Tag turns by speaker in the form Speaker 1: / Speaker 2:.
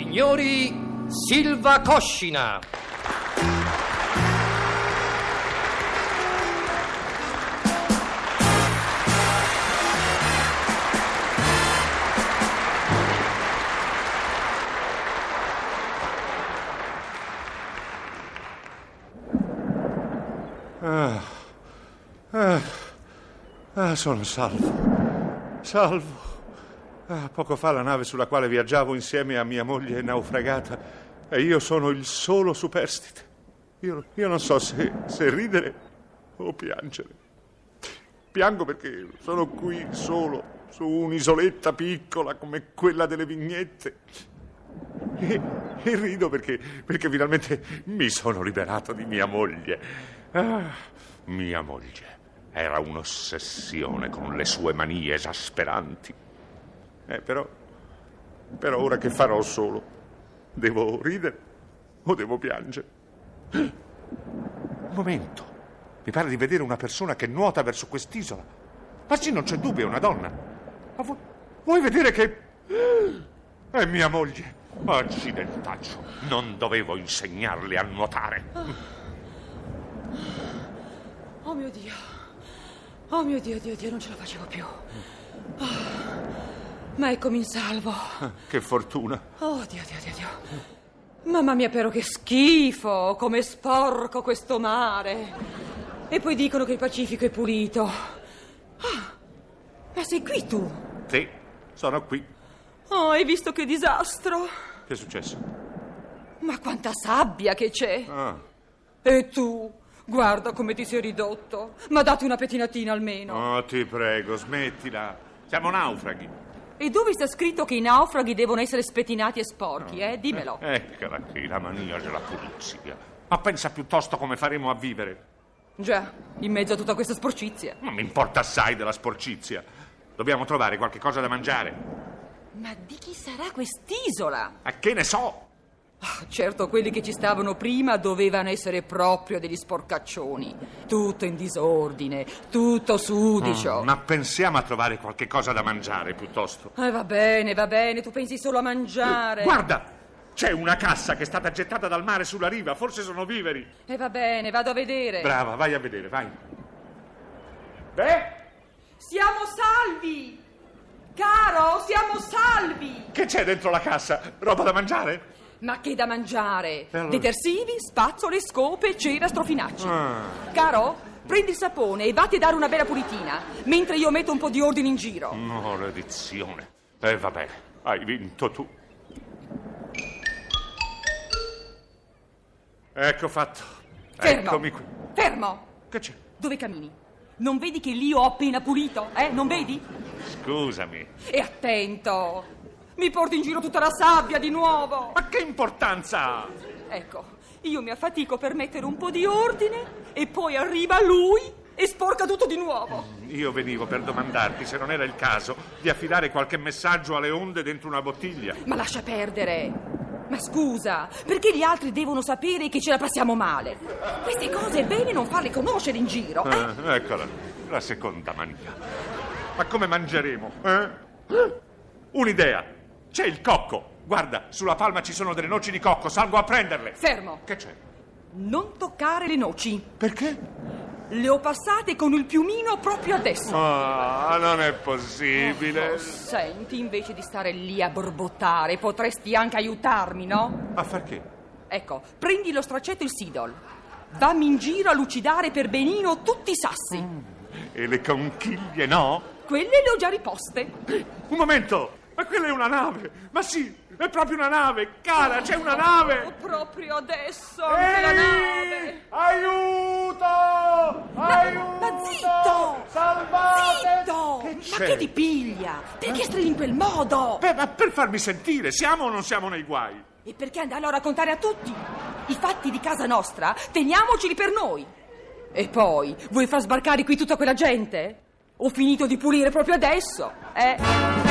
Speaker 1: signori, Silva Coscina.
Speaker 2: Ah, ah, ah, sono salvo. Salvo. Ah, poco fa la nave sulla quale viaggiavo insieme a mia moglie è naufragata e io sono il solo superstite. Io, io non so se, se ridere o piangere. Piango perché sono qui solo, su un'isoletta piccola come quella delle vignette. E, e rido perché, perché finalmente mi sono liberato di mia moglie. Ah, mia moglie era un'ossessione con le sue manie esasperanti. Eh, però, però ora che farò solo? Devo ridere o devo piangere? Un momento. Mi pare di vedere una persona che nuota verso quest'isola. Ma sì, non c'è dubbio, è una donna. Ma vu- vuoi vedere che... È mia moglie. Accidentaccio. Non dovevo insegnarle a nuotare.
Speaker 3: Oh mio Dio. Oh mio Dio, Dio, Dio, non ce la facevo più. Ah, ma eccomi in salvo.
Speaker 2: Ah, Che fortuna.
Speaker 3: Oh Dio, Dio, Dio, Dio. Mamma mia, però che schifo, com'è sporco questo mare. E poi dicono che il Pacifico è pulito. Ah, ma sei qui tu?
Speaker 2: Sì, sono qui.
Speaker 3: Oh, hai visto che disastro?
Speaker 2: Che è successo?
Speaker 3: Ma quanta sabbia che c'è.
Speaker 2: Ah,
Speaker 3: E tu, guarda come ti sei ridotto. Ma dati una pettinatina almeno.
Speaker 2: oh, ti prego, smettila. Siamo naufraghi.
Speaker 3: E dove sta scritto che i naufraghi devono essere spettinati e sporchi, eh? Dimmelo.
Speaker 2: Eccola qui, la mania della pulizia. Ma pensa piuttosto come faremo a vivere.
Speaker 3: Già, in mezzo a tutta questa sporcizia.
Speaker 2: Non mi importa assai della sporcizia. Dobbiamo trovare qualche cosa da mangiare.
Speaker 3: Ma di chi sarà quest'isola?
Speaker 2: Ma che ne so?
Speaker 3: Ah, certo, quelli che ci stavano prima dovevano essere proprio degli sporcaccioni. Tutto in disordine, tutto sudicio.
Speaker 2: Ma pensiamo a trovare qualche cosa da mangiare piuttosto.
Speaker 3: Eh, va bene, va bene, tu pensi solo a mangiare.
Speaker 2: Guarda! C'è una cassa che è stata gettata dal mare sulla riva, forse sono viveri.
Speaker 3: Eh, va bene, vado a vedere.
Speaker 2: Brava, vai a vedere, vai. Beh,
Speaker 3: siamo salvi! Caro, siamo salvi!
Speaker 2: che c'è dentro la cassa? Roba da mangiare?
Speaker 3: Ma che da mangiare?
Speaker 2: allora?
Speaker 3: Detersivi, spazzole, scope, cera, strofinacci.
Speaker 2: Ah,
Speaker 3: Caro, prendi il sapone e vatti a dare una bella pulitina, mentre io metto un po' di ordine in giro.
Speaker 2: Maledizione. E eh, va bene, hai vinto tu. Ecco fatto.
Speaker 3: Fermo.
Speaker 2: Eccomi qui.
Speaker 3: Fermo!
Speaker 2: Che c'è?
Speaker 3: Dove cammini? Non vedi che lì ho appena pulito? Eh, non vedi?
Speaker 2: Scusami.
Speaker 3: E attento! Mi porti in giro tutta la sabbia di nuovo!
Speaker 2: Ma che importanza ha?
Speaker 3: Ecco, io mi affatico per mettere un po' di ordine e poi arriva lui e sporca tutto di nuovo.
Speaker 2: Io venivo per domandarti se non era il caso di affidare qualche messaggio alle onde dentro una bottiglia.
Speaker 3: Ma lascia perdere! Ma scusa, perché gli altri devono sapere che ce la passiamo male? Queste cose è bene non farle conoscere in giro, eh?
Speaker 2: Eh, eccola, la seconda mania. Ma come mangeremo? eh? Un'idea. C'è il cocco. Guarda, sulla palma ci sono delle noci di cocco. Salgo a prenderle.
Speaker 3: Fermo!
Speaker 2: Che c'è?
Speaker 3: Non toccare le noci.
Speaker 2: Perché?
Speaker 3: Le ho passate con il piumino proprio adesso.
Speaker 2: Ah, non è possibile.
Speaker 3: Oh, senti, invece di stare lì a borbottare, potresti anche aiutarmi, no?
Speaker 2: Ma perché?
Speaker 3: Ecco, prendi lo straccetto e il sidol. Vammi in giro a lucidare per benino tutti i sassi.
Speaker 2: E le conchiglie no?
Speaker 3: Quelle le ho già riposte.
Speaker 2: Un momento! Ma quella è una nave! Ma sì, è proprio una nave! Cara, c'è una
Speaker 3: Oh,
Speaker 2: nave!
Speaker 3: proprio adesso, anche la
Speaker 2: Ehi!
Speaker 3: nave.
Speaker 2: Aiuto! Aiuto!
Speaker 3: ma zitto!
Speaker 2: Salvate!
Speaker 3: Zitto!
Speaker 2: Che
Speaker 3: Ma
Speaker 2: c'è?
Speaker 3: che ti piglia? Perché strilli in quel modo?
Speaker 2: Beh, ma per farmi sentire, siamo o non siamo nei guai?
Speaker 3: E perché andarlo a raccontare a tutti? I fatti di casa nostra, teniamoceli per noi. E poi, vuoi far sbarcare qui tutta quella gente? Ho finito di pulire proprio adesso, eh?